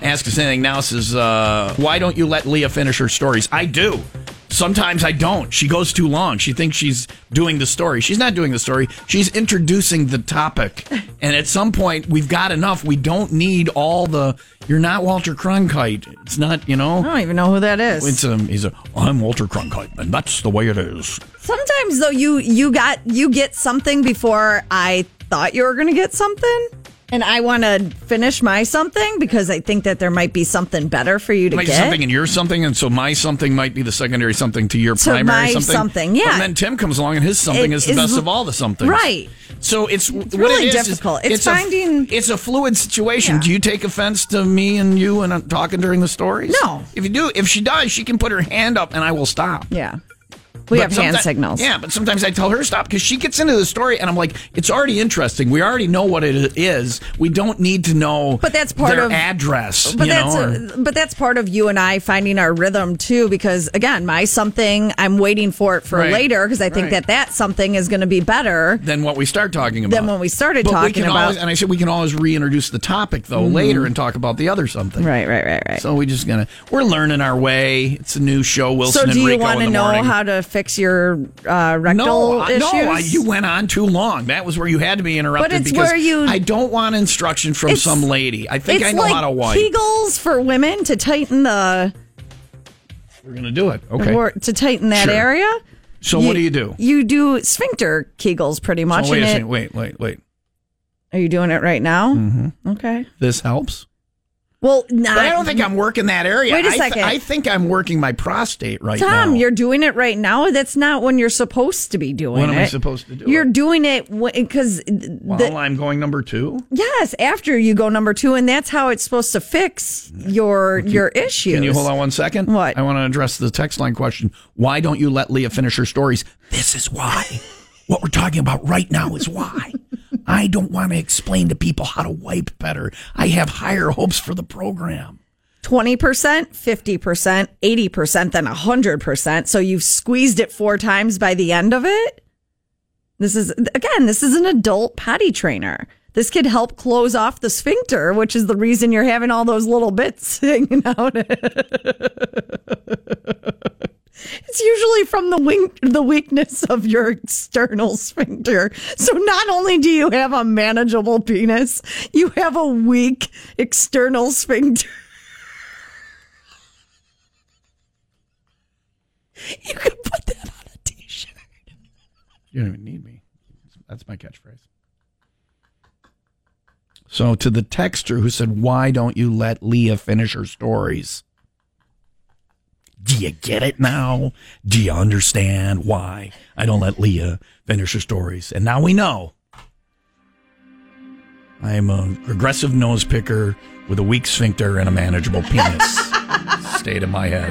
ask us anything now says, uh, why don't you let Leah finish her stories? I do. Sometimes I don't. She goes too long. She thinks she's doing the story. She's not doing the story. She's introducing the topic. And at some point, we've got enough. We don't need all the. You're not Walter Cronkite. It's not, you know. I don't even know who that is. It's um, he's a. I'm Walter Cronkite, and that's the way it is. Sometimes though, you you got you get something before I thought you were going to get something, and I want to finish my something because I think that there might be something better for you to Might be get. something and your something, and so my something might be the secondary something to your primary my something. something, yeah. And then Tim comes along, and his something It is the is best l- of all the somethings. Right. So it's, what really it is, is difficult. It's a- finding- it's a fluid situation. Yeah. Do you take offense to me and you and uh, talking during the stories? No. If you do, if she does, she can put her hand up, and I will stop. Yeah, we But have hand someti- signals. Yeah, but sometimes I tell her stop because she gets into the story, and I'm like, it's already interesting. We already know what it is. We don't need to know. But that's part their of- address. But you that's know, or- but that's part of you and I finding our rhythm too, because again, my something I'm waiting for it for Right. later because I think Right. that that something is going to be better. than what we start talking about. Than when we started But talking can about- Mm-hmm. always- and I said we can always reintroduce the topic though later and talk about the other something. Right, right, right, right. So we just gonna we're learning our way. It's a new show. Wilson So, and do you Rico want in to the know morning. how to fix your uh, rectal no, I- no, issues? I- you went on too long. That was where you had to be interrupted. But it's because where you- I don't want instruction from It's- some lady. I think it's I know like how to wipe. Kegels for women to tighten the We're gonna do it. Okay. or to tighten that Sure. area. so what do you do? You do sphincter Kegels pretty much. Oh, wait a and it- second. Wait, wait, wait. Are you doing it right now? Mm-hmm. Okay. This helps. Well, not, But I don't think I'm working that area. Wait a I th- second. I, think I'm working my prostate right now. Tom, you're doing it right now. That's not when you're supposed to be doing When it. am I supposed to do You're it? doing it because While I'm going number two. yes, after you go number two, and that's how it's supposed to fix your your issues. Can you hold on one second? What? I want to address the text line question. Why don't you let Leah finish her stories? This is why. what we're talking about right now is why. I don't want to explain to people how to wipe better. I have higher hopes for the program. 20%, 50%, 80%, then 100%. So you've squeezed it four times by the end of it. This is, again, this is an adult potty trainer. This could help close off the sphincter, which is the reason you're having all those little bits hanging out. it's usually from the wing, the weakness of your external sphincter. So not only do you have a manageable penis, you have a weak external sphincter. You can put that on a t-shirt. You don't even need me. That's my catchphrase. So to the texter who said, "Why don't you let Leah finish her stories?" Do you get it now? Do you understand why I don't let Leah finish her stories? And now we know. I am a regressive nose picker with a weak sphincter and a manageable penis. State of my head.